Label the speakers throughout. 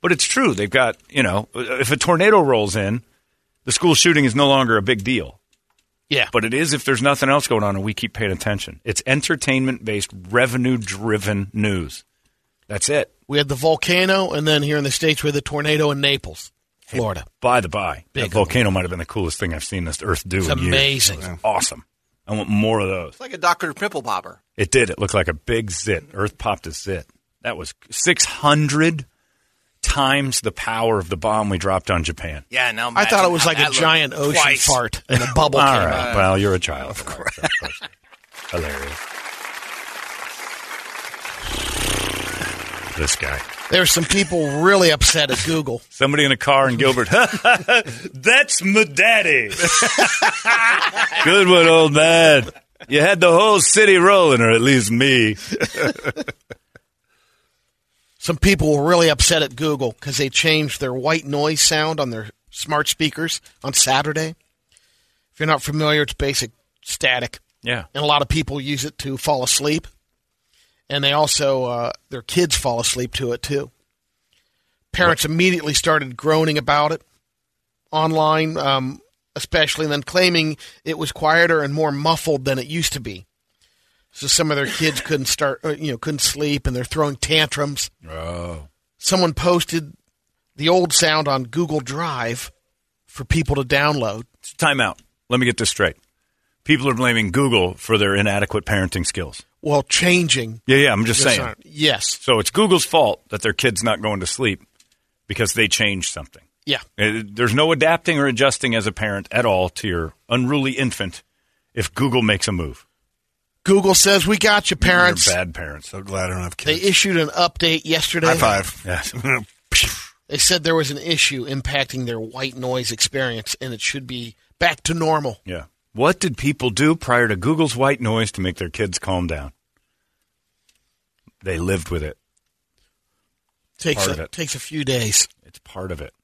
Speaker 1: But it's true. They've got you know, if a tornado rolls in, the school shooting is no longer a big deal.
Speaker 2: Yeah.
Speaker 1: But it is if there's nothing else going on and we keep paying attention. It's entertainment based, revenue driven news. That's it.
Speaker 2: We had the volcano, and then here in the States, we had the tornado in Naples, Florida.
Speaker 1: By the by,
Speaker 2: Big
Speaker 1: that volcano might have been the coolest thing I've seen this Earth do.
Speaker 2: It's
Speaker 1: in years.
Speaker 2: amazing.
Speaker 1: It was awesome. I want more of those.
Speaker 3: It's like a Dr. Pimple Popper.
Speaker 1: It did. It looked like a big zit. Earth popped a zit. That was 600 times the power of the bomb we dropped on Japan.
Speaker 3: Yeah, now
Speaker 2: I thought it
Speaker 3: imagine
Speaker 2: was
Speaker 3: how
Speaker 2: like a
Speaker 3: that looked
Speaker 2: giant ocean
Speaker 3: twice.
Speaker 2: fart and a bubble
Speaker 1: All
Speaker 2: came out.
Speaker 1: right. Well, you're a child. Of course. Hilarious. This guy.
Speaker 2: There were some people really upset at Google.
Speaker 1: Somebody in a car in Gilbert. That's my daddy. Good one, old man. You had the whole city rolling, or at least me.
Speaker 2: Some people were really upset at Google because they changed their white noise sound on their smart speakers on Saturday. If you're not familiar, it's basic static.
Speaker 1: Yeah.
Speaker 2: and a lot of people use it to fall asleep, and they also uh, their kids fall asleep to it too. Parents immediately started groaning about it online, um, especially, and then claiming it was quieter and more muffled than it used to be. So some of their kids couldn't start, uh, you know, couldn't sleep, and they're throwing tantrums.
Speaker 1: Oh.
Speaker 2: Someone posted the old sound on Google Drive for people to download.
Speaker 1: Time out. Let me get this straight. People are blaming Google for their inadequate parenting skills.
Speaker 2: Well, changing.
Speaker 1: Yeah, yeah, I'm just
Speaker 2: the
Speaker 1: saying.
Speaker 2: sound. Yes.
Speaker 1: So it's Google's fault that their kid's not going to sleep because they changed something.
Speaker 2: Yeah.
Speaker 1: Uh, There's no adapting or adjusting as a parent at all to your unruly infant if Google makes a move.
Speaker 2: Google says we got you, parents.
Speaker 1: They're bad parents.
Speaker 4: So glad I don't have kids.
Speaker 2: They issued an update yesterday.
Speaker 4: High five.
Speaker 1: Yes.
Speaker 2: They said there was an issue impacting their white noise experience, and it should be back to normal.
Speaker 1: Yeah. What did people do prior to Google's white noise to make their kids calm down? They lived with it.
Speaker 2: Takes
Speaker 1: Part of
Speaker 2: a,
Speaker 1: it.
Speaker 2: takes a few days.
Speaker 1: It's part of it.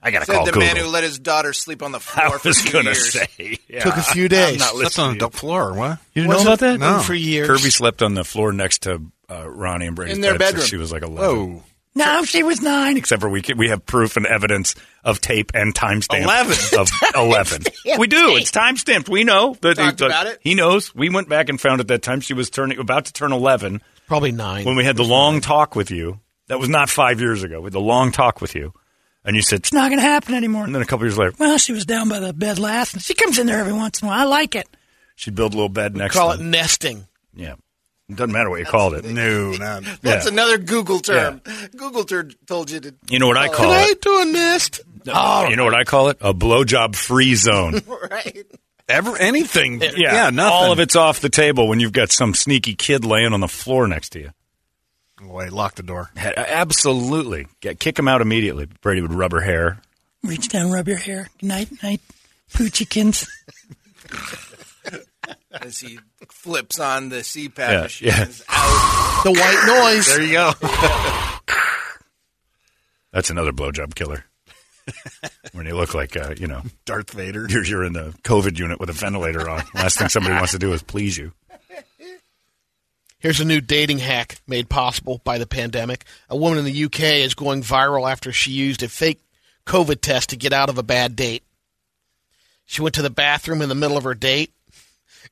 Speaker 1: I got to
Speaker 3: Said
Speaker 1: call
Speaker 3: the
Speaker 1: Google.
Speaker 3: man who let his daughter sleep on the
Speaker 1: I
Speaker 3: floor for
Speaker 1: was
Speaker 3: two
Speaker 1: going to
Speaker 3: years.
Speaker 1: say. Yeah.
Speaker 2: Took a few days.
Speaker 1: not
Speaker 4: That's on an adult floor. What?
Speaker 1: You didn't know
Speaker 2: Wasn't
Speaker 1: about that?
Speaker 2: open for years.
Speaker 1: Kirby slept on the floor next to uh, Ronnie and Brady
Speaker 3: In their bedroom. Oh,
Speaker 1: She was like 11.
Speaker 4: Whoa.
Speaker 1: No, she was nine. Except for we can, we have proof and evidence of tape and timestamp.
Speaker 4: 11.
Speaker 1: of eleven. we do. It's timestamped. We know. That
Speaker 3: Talked
Speaker 1: that-
Speaker 3: about it.
Speaker 1: He knows. We went back and found at that time she was turning about to turn eleven
Speaker 2: Probably nine.
Speaker 1: when we had the long talk with you. That was not five years ago. We had the long talk with you, and you said it's not going to happen anymore. And then a couple years later, well, she was down by the bed last, and she comes in there every once in a while. I like it. She'd build a little bed next.
Speaker 2: Call
Speaker 1: to
Speaker 2: it nesting.
Speaker 1: yeah. It doesn't matter what you called it.
Speaker 4: No, not.
Speaker 3: That's
Speaker 1: Yeah.
Speaker 3: another Google term. Google ter- told you to.
Speaker 1: You know what I call
Speaker 2: I
Speaker 1: it?
Speaker 2: do a nest.
Speaker 1: you know what I call it? A blowjob free zone.
Speaker 3: Right.
Speaker 4: Ever anything?
Speaker 1: Yeah,
Speaker 4: nothing.
Speaker 1: All of it's off the table when you've got some sneaky kid laying on the floor next to you.
Speaker 4: Wait, lock the door.
Speaker 1: A- Absolutely, Get, kick him out immediately. Brady would rub her hair.
Speaker 5: Reach down, rub your hair. Night, night, poochikins.
Speaker 3: As he flips on the CPAP
Speaker 1: Yeah,
Speaker 3: machine.
Speaker 1: yeah.
Speaker 3: It's out.
Speaker 2: The white noise.
Speaker 4: There you go.
Speaker 1: That's another blowjob killer. when you look like uh, you know
Speaker 4: Darth Vader.
Speaker 1: you're, you're in the COVID unit with a ventilator on. Last thing somebody wants to do is please you.
Speaker 2: Here's a new dating hack made possible by the pandemic. A woman in the UK is going viral after she used a fake COVID test to get out of a bad date. She went to the bathroom in the middle of her date,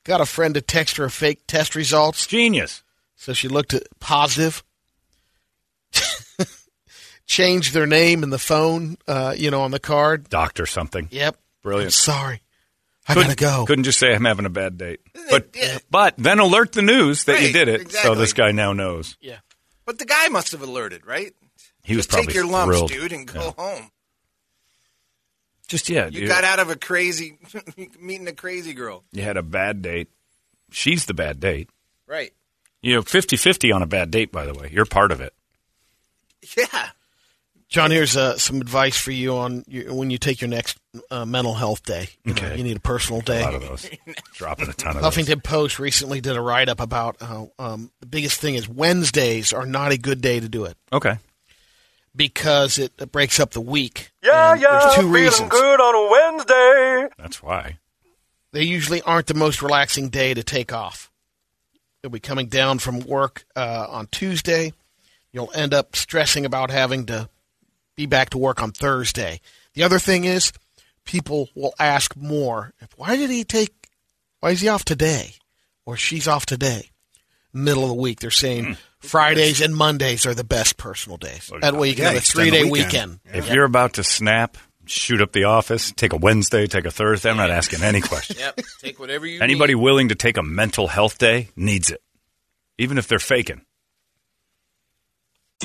Speaker 2: got a friend to text her fake test results,
Speaker 1: Genius.
Speaker 2: So she looked at positive, changed their name in the phone, uh, you know, on the card.
Speaker 1: Doctor something.
Speaker 2: Yep.
Speaker 1: Brilliant.
Speaker 2: I'm sorry. I
Speaker 1: Couldn't-
Speaker 2: gotta go.
Speaker 1: Couldn't just say I'm having a bad date. But but then alert the news that you
Speaker 3: Right,
Speaker 1: did it. So
Speaker 3: exactly.
Speaker 1: this guy now knows.
Speaker 2: Yeah.
Speaker 3: But the guy must have alerted, right?
Speaker 1: He was
Speaker 3: Just take
Speaker 1: probably
Speaker 3: your lumps,
Speaker 1: thrilled.
Speaker 3: dude, and go home.
Speaker 1: Just yeah.
Speaker 3: You
Speaker 1: dude.
Speaker 3: got out of a crazy meeting a crazy girl,
Speaker 1: you had a bad date. She's the bad date.
Speaker 3: right?
Speaker 1: You know, 50 50 on a bad date, by the way. You're part of it.
Speaker 3: Yeah.
Speaker 2: John, here's uh, some advice for you on your, when you take your next uh, mental health day. You, know,
Speaker 1: Okay.
Speaker 2: you need a personal
Speaker 1: A lot
Speaker 2: day.
Speaker 1: of those. Dropping a ton of those.
Speaker 2: Huffington Post recently did a write up about how um, the biggest thing is Wednesdays are not a good day to do it
Speaker 1: Okay.
Speaker 2: because it breaks up the week.
Speaker 6: Yeah,
Speaker 2: And
Speaker 6: yeah.
Speaker 2: There's two
Speaker 6: feeling
Speaker 2: reasons.
Speaker 6: good on a Wednesday.
Speaker 1: That's why.
Speaker 2: they usually aren't the most relaxing day to take off. You'll be coming down from work uh, on Tuesday. You'll end up stressing about having to be back to work on Thursday. The other thing is, people will ask more. Why did he take? Why is he off today? Or she's off today? Middle of the week, they're saying Fridays and Mondays are the best personal days. that way, you can
Speaker 4: Hmm. Yeah,
Speaker 2: have a
Speaker 4: extend the
Speaker 2: three-day
Speaker 4: weekend.
Speaker 2: weekend.
Speaker 1: If you're about to snap, shoot up the office, take a Wednesday, take a Thursday, I'm not asking any questions.
Speaker 3: Yep. Take whatever you.
Speaker 1: Anybody
Speaker 3: Need.
Speaker 1: willing to take a mental health day needs it, even if they're faking.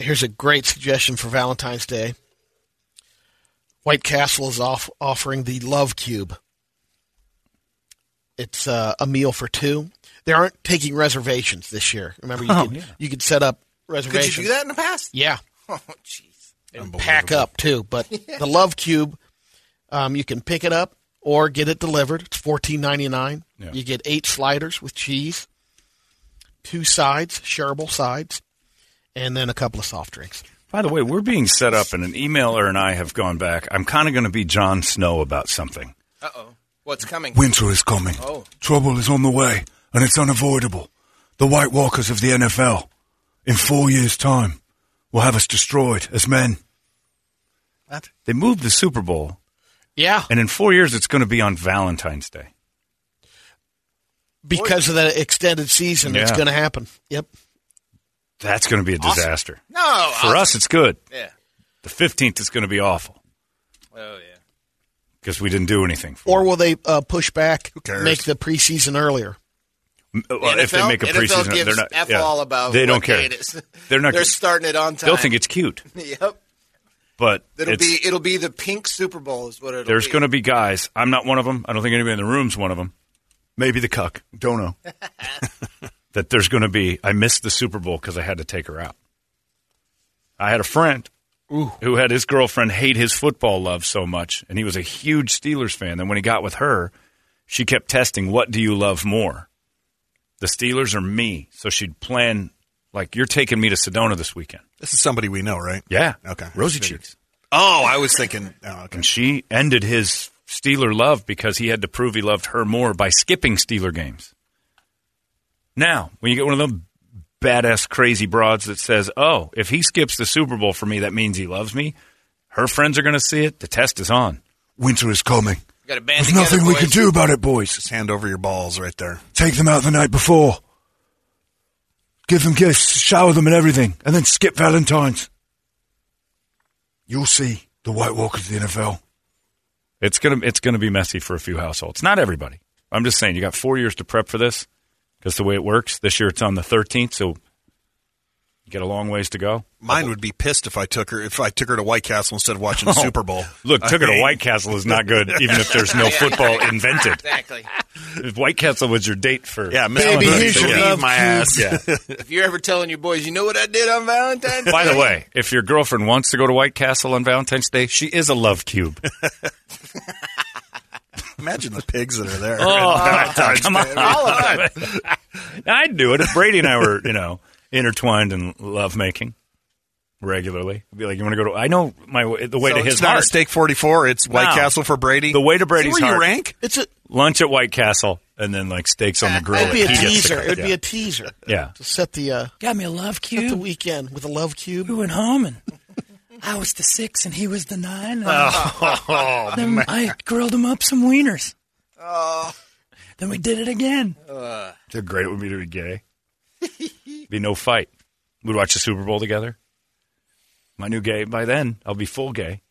Speaker 2: Here's a great suggestion for Valentine's Day. White Castle is off- offering the Love Cube. It's uh, a meal for two. They aren't taking reservations this year. Remember, you,
Speaker 3: Oh,
Speaker 2: could,
Speaker 3: yeah.
Speaker 2: you could set up
Speaker 3: Could
Speaker 2: reservations.
Speaker 3: you do that in the past?
Speaker 2: Yeah.
Speaker 3: Oh, jeez.
Speaker 2: and pack up too. But the Love Cube, um, you can pick it up or get it delivered. It's fourteen ninety nine.
Speaker 3: Yeah.
Speaker 2: You get eight sliders with cheese, two sides, shareable sides, and then a couple of soft drinks.
Speaker 1: By the way, we're being set up, and an emailer and I have gone back. I'm kind of going to be Jon Snow about something.
Speaker 3: Uh oh. What's coming?
Speaker 7: Winter is coming.
Speaker 3: Oh.
Speaker 7: Trouble is on the way, and it's unavoidable. The White Walkers of the NFL, in four years' time, will have us destroyed as men.
Speaker 1: They moved the Super Bowl,
Speaker 2: Yeah,
Speaker 1: and in four years, it's going to be on Valentine's Day.
Speaker 2: because of the extended season, it's
Speaker 1: Yeah.
Speaker 2: going to happen. Yep.
Speaker 1: That's going to be a
Speaker 2: Awesome.
Speaker 1: disaster.
Speaker 2: No,
Speaker 1: for us, it's good.
Speaker 3: uh, Yeah.
Speaker 1: The 15th is going to be awful
Speaker 3: Oh yeah.
Speaker 1: because we didn't do anything.
Speaker 2: Or will they uh, push back, make the preseason earlier?
Speaker 1: Well, if they
Speaker 3: NFL
Speaker 1: make a
Speaker 3: NFL
Speaker 1: preseason,
Speaker 3: gives
Speaker 1: they're not.
Speaker 3: F
Speaker 1: yeah.
Speaker 3: all about
Speaker 1: They
Speaker 3: what
Speaker 1: don't care.
Speaker 3: day it is.
Speaker 1: They're not.
Speaker 3: They're starting it on time.
Speaker 1: They'll think it's cute,
Speaker 3: yep.
Speaker 1: but
Speaker 3: It'll
Speaker 1: it's-
Speaker 3: be it'll be the pink Super Bowl is what it'll
Speaker 1: there's
Speaker 3: be.
Speaker 1: going to be guys. I'm not one of them. I don't think anybody in the room's one of them. Maybe the cuck. Don't know. that there's going to be. I missed the Super Bowl because I had to take her out. I had a friend who had his girlfriend hate his football love so much, and he was a huge Steelers fan. And when he got with her, she kept testing, "What do you love more, the Steelers or me?" So she'd plan like, "You're taking me to Sedona this weekend."
Speaker 4: This is somebody we know, right?
Speaker 1: Yeah.
Speaker 4: Okay.
Speaker 1: Rosy
Speaker 4: Figured.
Speaker 1: cheeks.
Speaker 4: Oh, I was thinking. Oh, okay.
Speaker 1: And she ended his Steeler love because he had to prove he loved her more by skipping Steeler games. Now, when you get one of them badass crazy broads that says, "Oh, if he skips the Super Bowl for me, that means he loves me," her friends are going to see it. The test is on.
Speaker 7: Winter is coming.
Speaker 3: Got to
Speaker 7: There's nothing we can do about it, boys.
Speaker 4: Just hand over your balls right there.
Speaker 7: Take them out the night before. Give them gifts, shower them and everything, and then skip Valentine's. You'll see the White Walkers of the NFL.
Speaker 1: It's gonna it's gonna be messy for a few households. Not everybody. I'm just saying you got four years to prep for this because the way it works this year it's on the 13th, so you got a long ways to go.
Speaker 4: Mine would be pissed if I took her if I took her to White Castle instead of watching the
Speaker 1: Oh.
Speaker 4: Super Bowl.
Speaker 1: Look, took
Speaker 4: I
Speaker 1: her to
Speaker 4: mean-
Speaker 1: White Castle is not good, even if there's no football invented.
Speaker 3: Exactly.
Speaker 1: If White Castle was your date for
Speaker 4: Yeah, Miss Baby, Valentine's here's Day. your love
Speaker 1: Yeah.
Speaker 4: cube.
Speaker 3: If you're ever telling your boys, you know what I did on Valentine's Day?
Speaker 1: By the way, if your girlfriend wants to go to White Castle on Valentine's Day, she is a love cube.
Speaker 4: Imagine the pigs that are
Speaker 8: Oh,
Speaker 4: there.
Speaker 1: Oh. come on! I'd do it if Brady and I were, you know, intertwined in lovemaking regularly. I'd be like, you want to go to? I know my the way
Speaker 4: So
Speaker 1: to his
Speaker 4: it's not
Speaker 1: heart.
Speaker 4: a steak forty four. It's White
Speaker 1: No.
Speaker 4: Castle for Brady.
Speaker 1: The way to Brady's
Speaker 4: See where
Speaker 1: heart.
Speaker 4: you rank?
Speaker 2: It's a,
Speaker 1: Lunch at White Castle, and then like steaks on the grill.
Speaker 2: it'd be a
Speaker 1: He gets to
Speaker 2: teaser.
Speaker 1: cook,
Speaker 2: It'd be
Speaker 1: yeah.
Speaker 2: a teaser
Speaker 1: yeah.
Speaker 2: to set the uh,
Speaker 8: Got me a love
Speaker 2: set the
Speaker 8: cube.
Speaker 2: weekend with a love cube.
Speaker 8: We went home and I was the six and he was the nine. and
Speaker 4: Oh,
Speaker 8: then
Speaker 4: man. Oh.
Speaker 8: I grilled him up some wieners. Then we did it again.
Speaker 1: How great it would be to be gay. be no fight. We'd watch the Super Bowl together. My new gay. By then, I'll be full gay,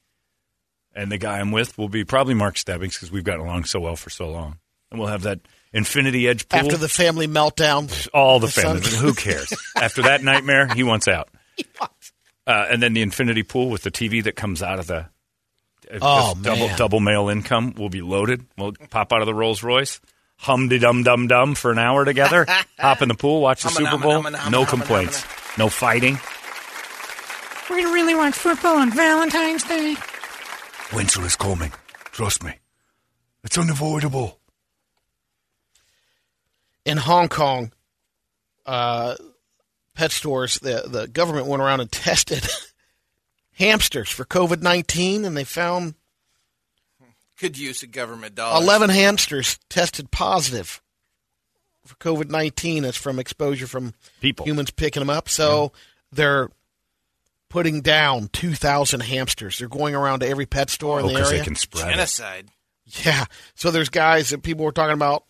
Speaker 1: and the guy I'm with will be probably Mark Stebbings because we've gotten along so well for so long, and we'll have that infinity edge pool.
Speaker 2: After the family meltdown,
Speaker 1: all the
Speaker 2: The sun-
Speaker 1: family, who cares? After that nightmare, he wants out. Uh, and then the infinity pool with the TV that comes out of the uh,
Speaker 2: Oh,
Speaker 1: this double
Speaker 2: man.
Speaker 1: double male income will be loaded. We'll pop out of the Rolls Royce, hum de dum dum dum for an hour together, hop in the pool, watch the
Speaker 3: Hummin',
Speaker 1: Super
Speaker 3: hummin',
Speaker 1: Bowl.
Speaker 3: hummin', hummin',
Speaker 1: no
Speaker 3: hummin',
Speaker 1: complaints, no fighting.
Speaker 8: We're going to really watch football on Valentine's Day.
Speaker 7: Winter is coming. Trust me. It's unavoidable.
Speaker 2: in Hong Kong, uh, pet stores, the, the government went around and tested hamsters for COVID 19, and they found
Speaker 3: Could use a government
Speaker 1: Oh,
Speaker 3: dollar.
Speaker 2: 11 hamsters tested positive for COVID 19. It's from exposure from
Speaker 1: People.
Speaker 2: humans picking them up. So they're putting down 2,000 hamsters. They're going around to every pet store in the
Speaker 1: because
Speaker 2: area.
Speaker 1: Oh, they can spread. it.
Speaker 3: genocide.
Speaker 2: Yeah. So there's guys that people were talking about,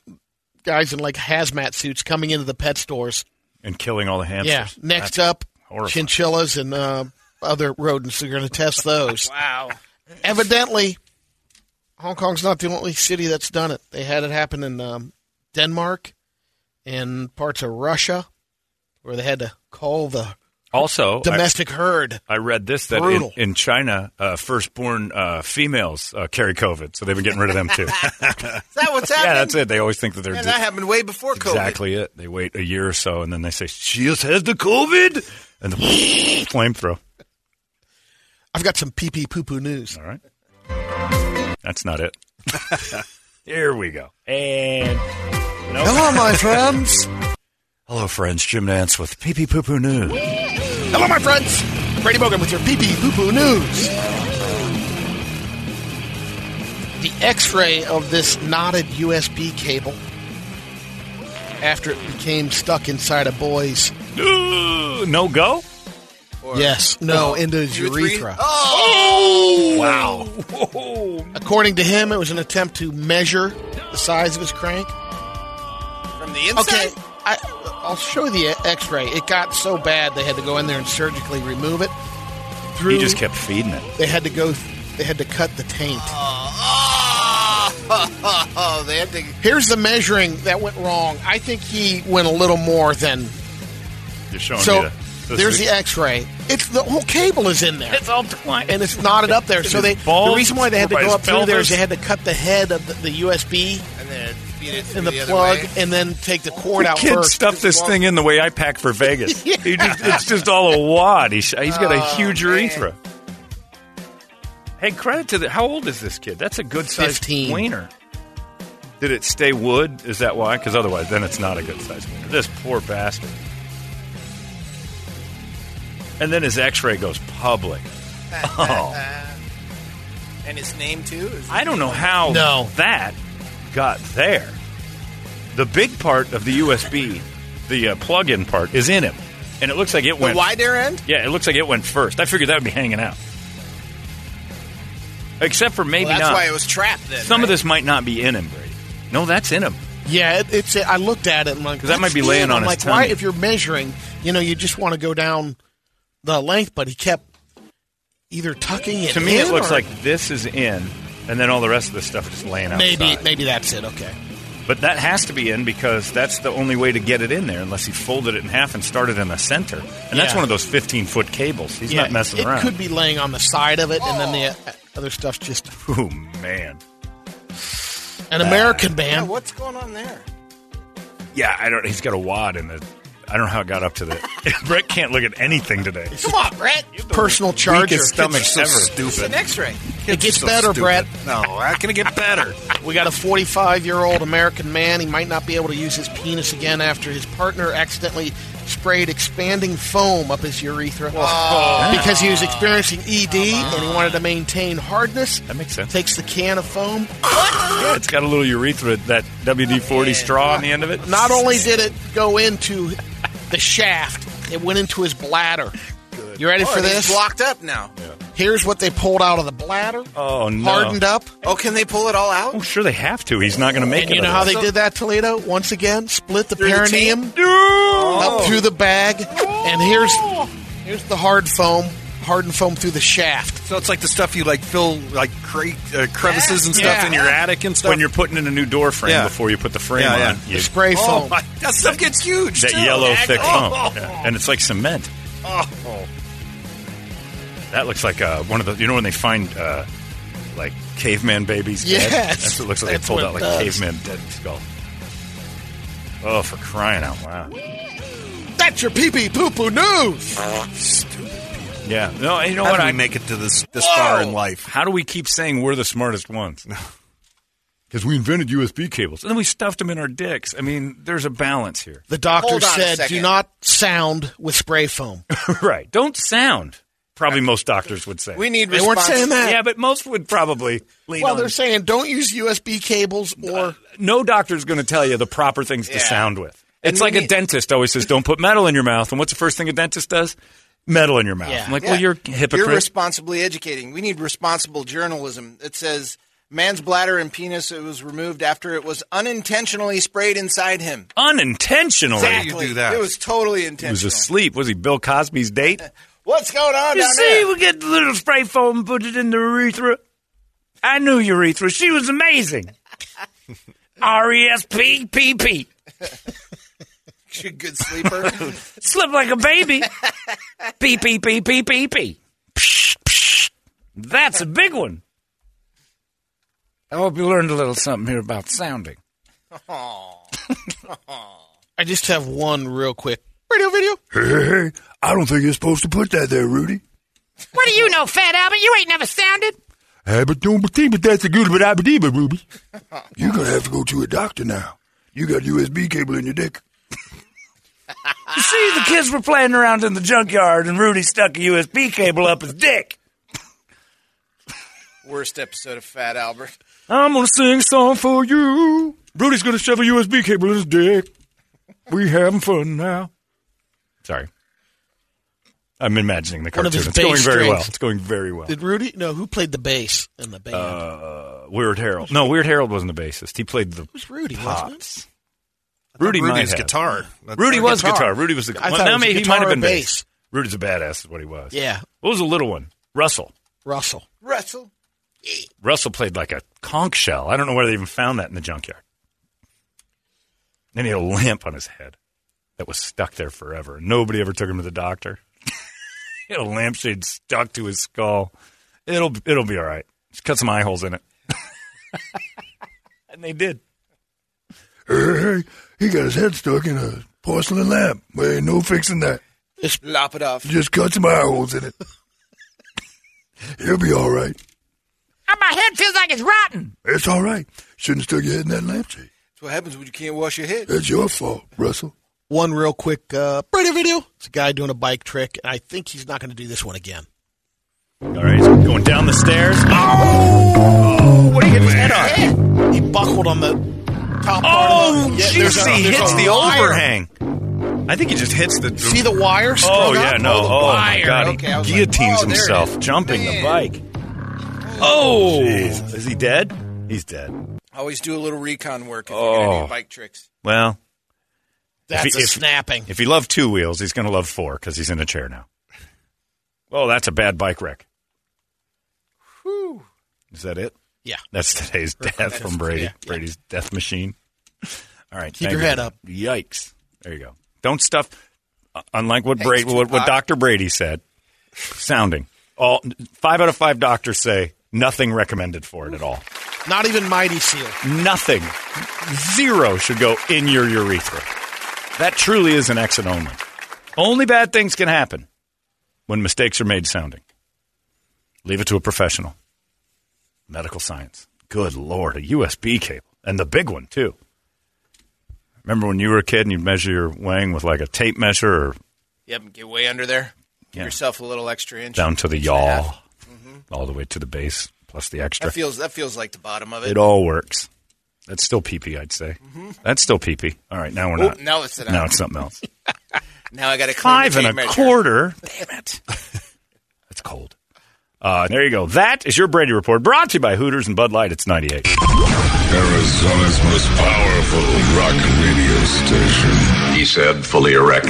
Speaker 2: guys in like hazmat suits coming into the pet stores.
Speaker 1: and killing all the hamsters.
Speaker 2: Yeah. Next
Speaker 1: That's
Speaker 2: up,
Speaker 1: horrifying.
Speaker 2: chinchillas and uh, other rodents. They're going to test those.
Speaker 3: Wow.
Speaker 2: Evidently, Hong Kong's not the only city that's done it. They had it happen in um, Denmark and parts of Russia where they had to call the
Speaker 1: Also,
Speaker 2: domestic
Speaker 1: I,
Speaker 2: herd.
Speaker 1: I read this that in,
Speaker 2: Brutal.
Speaker 1: in China, uh, firstborn uh, females uh, carry COVID, so they've been getting rid of them too.
Speaker 3: Is that what's happening?
Speaker 1: yeah, that's it. They always think that they're
Speaker 3: Man,
Speaker 1: just-
Speaker 3: that happened way before COVID.
Speaker 1: exactly it. They wait a year or so, and then they say she just has the COVID, and the flamethrow.
Speaker 2: I've got some pee pee poo poo news.
Speaker 1: All right. That's not it. Here we go. And nope.
Speaker 7: Hello, my friends.
Speaker 1: Hello, friends. Jim Nance with Pee Pee Poo Poo News.
Speaker 2: Hello, my friends. Brady Bogan with your pee pee poo poo news. The x ray of this knotted USB cable after it became stuck inside a boy's.
Speaker 1: Ooh, no go?
Speaker 2: yes, no,
Speaker 1: Oh,
Speaker 2: into his
Speaker 1: two, three?
Speaker 2: urethra.
Speaker 3: Oh!
Speaker 1: Wow.
Speaker 2: According to him, it was an attempt to measure the size of his crank.
Speaker 3: From the inside?
Speaker 2: Okay, I, I'll show you the X-ray. It got so bad they had to go in there and surgically remove it. Through,
Speaker 1: He just kept feeding it.
Speaker 2: They had to go. They had to cut the taint.
Speaker 3: Oh, they had to.
Speaker 2: Here's the measuring that went wrong. I think he went a little more than.
Speaker 1: You're showing
Speaker 2: so
Speaker 1: me the,
Speaker 2: there's the X-ray. It's the whole cable is in there.
Speaker 1: It's all twined.
Speaker 2: and it's knotted up there.
Speaker 1: It's
Speaker 2: so
Speaker 1: in
Speaker 2: they
Speaker 1: his balls,
Speaker 2: the reason why they had to
Speaker 1: or by
Speaker 2: go
Speaker 1: his
Speaker 2: up through there is
Speaker 1: pelvis.
Speaker 2: they had to cut the head of the, the USB
Speaker 3: And then beat it through
Speaker 2: and the,
Speaker 3: the other
Speaker 2: plug,
Speaker 3: way.
Speaker 2: and then take the cord
Speaker 1: The
Speaker 2: out
Speaker 1: kid
Speaker 2: first.
Speaker 1: stuffed this thing in the way I pack for Vegas. He just, it's just all a wad. He's, he's got a
Speaker 2: Oh,
Speaker 1: huge urethra. Hey, credit to the. How old is this kid? That's a good size
Speaker 2: 15.
Speaker 1: wiener. Did it stay wood? Is that why? Because otherwise, then it's not a good size wiener. This poor bastard. And then his x ray goes public. Oh.
Speaker 3: and his name, too? Is
Speaker 1: I don't know how
Speaker 2: No.
Speaker 1: that got there. The big part of the USB, the uh, plug-in part, is in him, and it looks like it
Speaker 3: The
Speaker 1: went.
Speaker 3: wider end?
Speaker 1: Yeah, it looks like it went first. I figured that would be hanging out. Except for maybe
Speaker 3: Well, that's
Speaker 1: not.
Speaker 3: why it was trapped then.
Speaker 1: Some of
Speaker 3: right?
Speaker 1: this might not be in him, Brady. No, that's in him.
Speaker 2: Yeah, it, it's. I looked at it and I'm like
Speaker 1: 'Cause that might be
Speaker 2: "That's
Speaker 1: laying
Speaker 2: thin."
Speaker 1: on
Speaker 2: I'm
Speaker 1: his
Speaker 2: like, why?
Speaker 1: tummy.
Speaker 2: If you're measuring, you know, you just want to go down the length, but he kept either tucking it.
Speaker 1: to me,
Speaker 2: in
Speaker 1: it looks
Speaker 2: or-
Speaker 1: like this is in, and then all the rest of this stuff is just laying outside.
Speaker 2: maybe maybe that's it. Okay,
Speaker 1: But that has to be in because that's the only way to get it in there unless he folded it in half and started in the center. And that's
Speaker 2: Yeah.
Speaker 1: one of those 15 foot cables. He's
Speaker 2: Yeah,
Speaker 1: not messing
Speaker 2: it
Speaker 1: around.
Speaker 2: could be laying on the side of it, and then the uh, other stuff's just
Speaker 1: Oh, man.
Speaker 2: an American
Speaker 3: Yeah,
Speaker 2: band.
Speaker 3: what's going on there?
Speaker 1: Yeah, I don't. He's got a wad in the. I don't know how it got up to that. Brett can't look at anything today.
Speaker 2: Come on, Brett. Personal charger.
Speaker 1: Weakest stomach
Speaker 2: It's-
Speaker 1: ever.
Speaker 3: It's an x ray.
Speaker 2: It gets better, Brett.
Speaker 4: No, how can it get better?
Speaker 2: We got a 45 year old American man. He might not be able to use his penis again after his partner accidentally sprayed expanding foam up his urethra because he was experiencing ED and he wanted to maintain hardness.
Speaker 1: That makes sense.
Speaker 2: Takes the can of foam.
Speaker 1: Yeah, it's got a little urethra, that WD 40 straw on the end of it.
Speaker 2: Not only did it go into the shaft, it went into his bladder. You ready for
Speaker 3: Oh,
Speaker 2: this?
Speaker 3: It's locked up now.
Speaker 2: Here's what they pulled out of the bladder.
Speaker 1: Oh, no.
Speaker 2: Hardened up.
Speaker 3: Oh, can they pull it all out?
Speaker 1: Oh, sure, they have to. He's not going to make
Speaker 2: And
Speaker 1: it.
Speaker 2: you know how they
Speaker 3: So-
Speaker 2: did that, Toledo? Once again, split the
Speaker 3: Through the
Speaker 2: perineum.
Speaker 3: tape?
Speaker 2: up through the bag, and here's here's the hard foam, hardened foam through the shaft.
Speaker 4: So it's like the stuff you like fill like cre- uh, crevices and stuff
Speaker 2: Yeah.
Speaker 4: in your attic and stuff.
Speaker 1: When you're putting in a new door frame
Speaker 4: Yeah.
Speaker 1: before you put the frame
Speaker 4: Yeah,
Speaker 1: on,
Speaker 4: yeah.
Speaker 1: you-
Speaker 2: The spray
Speaker 3: Oh,
Speaker 2: foam.
Speaker 3: my, that stuff gets huge.
Speaker 1: that
Speaker 3: too.
Speaker 1: yellow
Speaker 3: That-
Speaker 1: thick
Speaker 3: oh.
Speaker 1: foam, Yeah. and it's like cement. That looks like uh, one of the. You know when they find uh, like caveman babies dead.
Speaker 2: Yes.
Speaker 1: That's what it looks like.
Speaker 2: That's
Speaker 1: they pulled
Speaker 2: what
Speaker 1: out like
Speaker 2: it does.
Speaker 1: caveman dead skull. Oh, for crying out loud!
Speaker 2: That's your pee pee poo poo news.
Speaker 1: Yeah. No, and you know
Speaker 4: how
Speaker 1: what?
Speaker 4: do we
Speaker 1: I
Speaker 4: make it to this this
Speaker 3: Whoa!
Speaker 4: far in life?
Speaker 1: How do we keep saying we're the smartest ones? Because we invented USB cables and then we stuffed them in our dicks. I mean, there's a balance here.
Speaker 2: The doctor
Speaker 3: Hold on a
Speaker 2: said, "Do
Speaker 3: second.
Speaker 2: not sound with spray foam."
Speaker 1: right. Don't sound. Probably most doctors would say.
Speaker 3: We need
Speaker 2: They weren't
Speaker 3: response.
Speaker 2: saying that.
Speaker 1: Yeah, but most would probably lean
Speaker 2: well,
Speaker 1: on
Speaker 2: they're saying don't use USB cables or
Speaker 1: no doctor's going to tell you the proper things to
Speaker 3: Yeah.
Speaker 1: sound with.
Speaker 3: And
Speaker 1: It's
Speaker 3: we
Speaker 1: like a
Speaker 3: need-
Speaker 1: dentist always says, "Don't put metal in your mouth." And what's the first thing a dentist does? Metal in your mouth.
Speaker 2: Yeah.
Speaker 1: I'm like,
Speaker 3: Yeah.
Speaker 1: well, you're a hypocrite.
Speaker 3: You're responsibly educating. We need responsible journalism that says man's bladder and penis was removed after it was unintentionally sprayed inside him.
Speaker 1: Unintentionally,
Speaker 4: Exactly. do that?
Speaker 3: It was totally
Speaker 1: he
Speaker 3: intentional.
Speaker 1: was asleep. Was he Bill Cosby's date?
Speaker 3: What's going on down there?
Speaker 1: we get the little spray foam, and put it in the urethra. I knew urethra. She was amazing. R E S P P P.
Speaker 3: such a good sleeper.
Speaker 9: Slept like a baby. beep, beep, beep, beep, beep, beep. Psh, psh. That's a big one. I hope you learned a little something here about sounding.
Speaker 2: I just have one real quick radio video.
Speaker 7: Hey, I don't think you're supposed to put that there, Rudy.
Speaker 10: What do you know, Fat Albert? You ain't never sounded.
Speaker 7: Hey, but don't believe it. That's a good but I believe it, Ruby. You're gonna have to go to a doctor now. You got USB cable in your dick.
Speaker 2: Ah.
Speaker 9: You see, the kids were playing around in the junkyard, and Rudy stuck a USB cable up his dick.
Speaker 3: Worst episode of Fat Albert.
Speaker 7: I'm gonna sing a song for you. Rudy's gonna shove a USB cable in his dick. We having fun now.
Speaker 1: Sorry. I'm imagining the
Speaker 2: One
Speaker 1: cartoon.
Speaker 2: of his
Speaker 1: It's going
Speaker 2: bass
Speaker 1: very well.
Speaker 2: strings.
Speaker 1: It's going very well.
Speaker 2: Did Rudy? No, who played the bass in the band?
Speaker 1: Uh, Weird Harold. No, Weird Harold wasn't the bassist. He played the
Speaker 2: It was Rudy,
Speaker 1: pop.
Speaker 2: wasn't it?
Speaker 1: Rudy
Speaker 4: Rudy
Speaker 1: might
Speaker 4: was
Speaker 1: have.
Speaker 4: guitar. That's
Speaker 1: Rudy
Speaker 4: not
Speaker 1: was
Speaker 4: guitar.
Speaker 1: guitar. Rudy was the.
Speaker 4: I
Speaker 1: well,
Speaker 4: thought it
Speaker 1: now
Speaker 4: was
Speaker 1: maybe he
Speaker 4: guitar
Speaker 1: might have
Speaker 4: or
Speaker 1: been bass.
Speaker 4: bass.
Speaker 1: Rudy's a badass. Is what he was.
Speaker 2: Yeah.
Speaker 1: What was the little one? Russell.
Speaker 2: Russell.
Speaker 3: Russell.
Speaker 1: Russell played like a conch shell. I don't know where they even found that in the junkyard. Then he had a lamp on his head that was stuck there forever. Nobody ever took him to the doctor. he had a lampshade stuck to his skull. It'll it'll be all right. Just cut some eye holes in it. and they did.
Speaker 7: Hey, he got his head stuck in a porcelain lamp. There ain't no fixing that.
Speaker 2: Just
Speaker 3: lop it off.
Speaker 7: Just cut some eye holes in it. He'll be all right.
Speaker 10: Ah, My head feels like it's rotten.
Speaker 7: It's all right. Shouldn't have stuck your head in that lampshade.
Speaker 3: That's what happens when you can't wash your head.
Speaker 7: That's your fault, Russell.
Speaker 2: One real quick uh, radio video. It's a guy doing a bike trick, and I think he's not going to do this one again.
Speaker 1: All right, he's going down the stairs.
Speaker 2: Oh! What do you get his head on? He buckled on the
Speaker 1: Oh,
Speaker 2: top. part of the,
Speaker 1: jeez, he hits the overhang. I think he just hits the.
Speaker 2: See the wire?
Speaker 1: Oh
Speaker 2: strung
Speaker 1: yeah,
Speaker 2: up?
Speaker 1: no!
Speaker 2: the
Speaker 1: Oh my
Speaker 2: wire.
Speaker 1: God,
Speaker 2: Okay, I
Speaker 1: he
Speaker 2: was
Speaker 1: guillotines
Speaker 2: like, oh, there it
Speaker 1: himself
Speaker 2: is.
Speaker 1: jumping the bike. Oh, is he dead? He's dead.
Speaker 3: Always do a little recon work if you're going to
Speaker 1: Oh,
Speaker 3: do bike tricks.
Speaker 1: Well,
Speaker 2: That's
Speaker 1: if he-
Speaker 2: a
Speaker 1: if-
Speaker 2: snapping.
Speaker 1: If he loved two wheels, he's going to love four because he's in a chair now. Oh, that's a bad bike wreck. Is that it?
Speaker 2: Yeah.
Speaker 1: That's today's death from Brady. Brady's death machine. All right,
Speaker 2: Keep
Speaker 1: thank
Speaker 2: your
Speaker 1: you.
Speaker 2: head up.
Speaker 1: Yikes! There you go. Don't stuff. uh, Unlike what
Speaker 2: Thanks,
Speaker 1: Brady, what, what
Speaker 2: Tupac.
Speaker 1: Doctor Brady said, sounding all five out of five doctors say nothing recommended for it at all.
Speaker 2: Not even Mighty Seal.
Speaker 1: Nothing, zero should go in your urethra. That truly is an exit only. Only bad things can happen when mistakes are made sounding. Leave it to a professional. Medical science. Good lord, a USB cable and the big one too. Remember when you were a kid and you'd measure your wang with like a tape measure or
Speaker 3: Yep, get way under there. Give
Speaker 1: Yeah.
Speaker 3: yourself a little extra inch.
Speaker 1: down to the
Speaker 3: inch and a half.
Speaker 1: yaw, Mm-hmm. all the way to the base plus the extra.
Speaker 3: That feels that feels like the bottom of it.
Speaker 1: It all works. That's still PP, I'd say. That's still PP. All right, now we're
Speaker 3: Mm-hmm. Oh,
Speaker 1: not.
Speaker 3: now it's an-
Speaker 1: now it's something else.
Speaker 3: Now I got to
Speaker 1: Five and a quarter. Damn
Speaker 3: it!
Speaker 1: That's cold. Uh, there you go. That is your Brady report, brought to you by Hooters and Bud Light. It's ninety-eight.
Speaker 11: Arizona's most powerful rock radio station. He said, fully erect.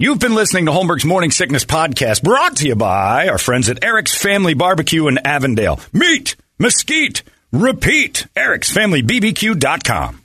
Speaker 1: You've been listening to Holmberg's Morning Sickness Podcast, brought to you by our friends at Eric's Family Barbecue in Avondale. Meet, mesquite, repeat. Eric'sFamilyBBQ.com.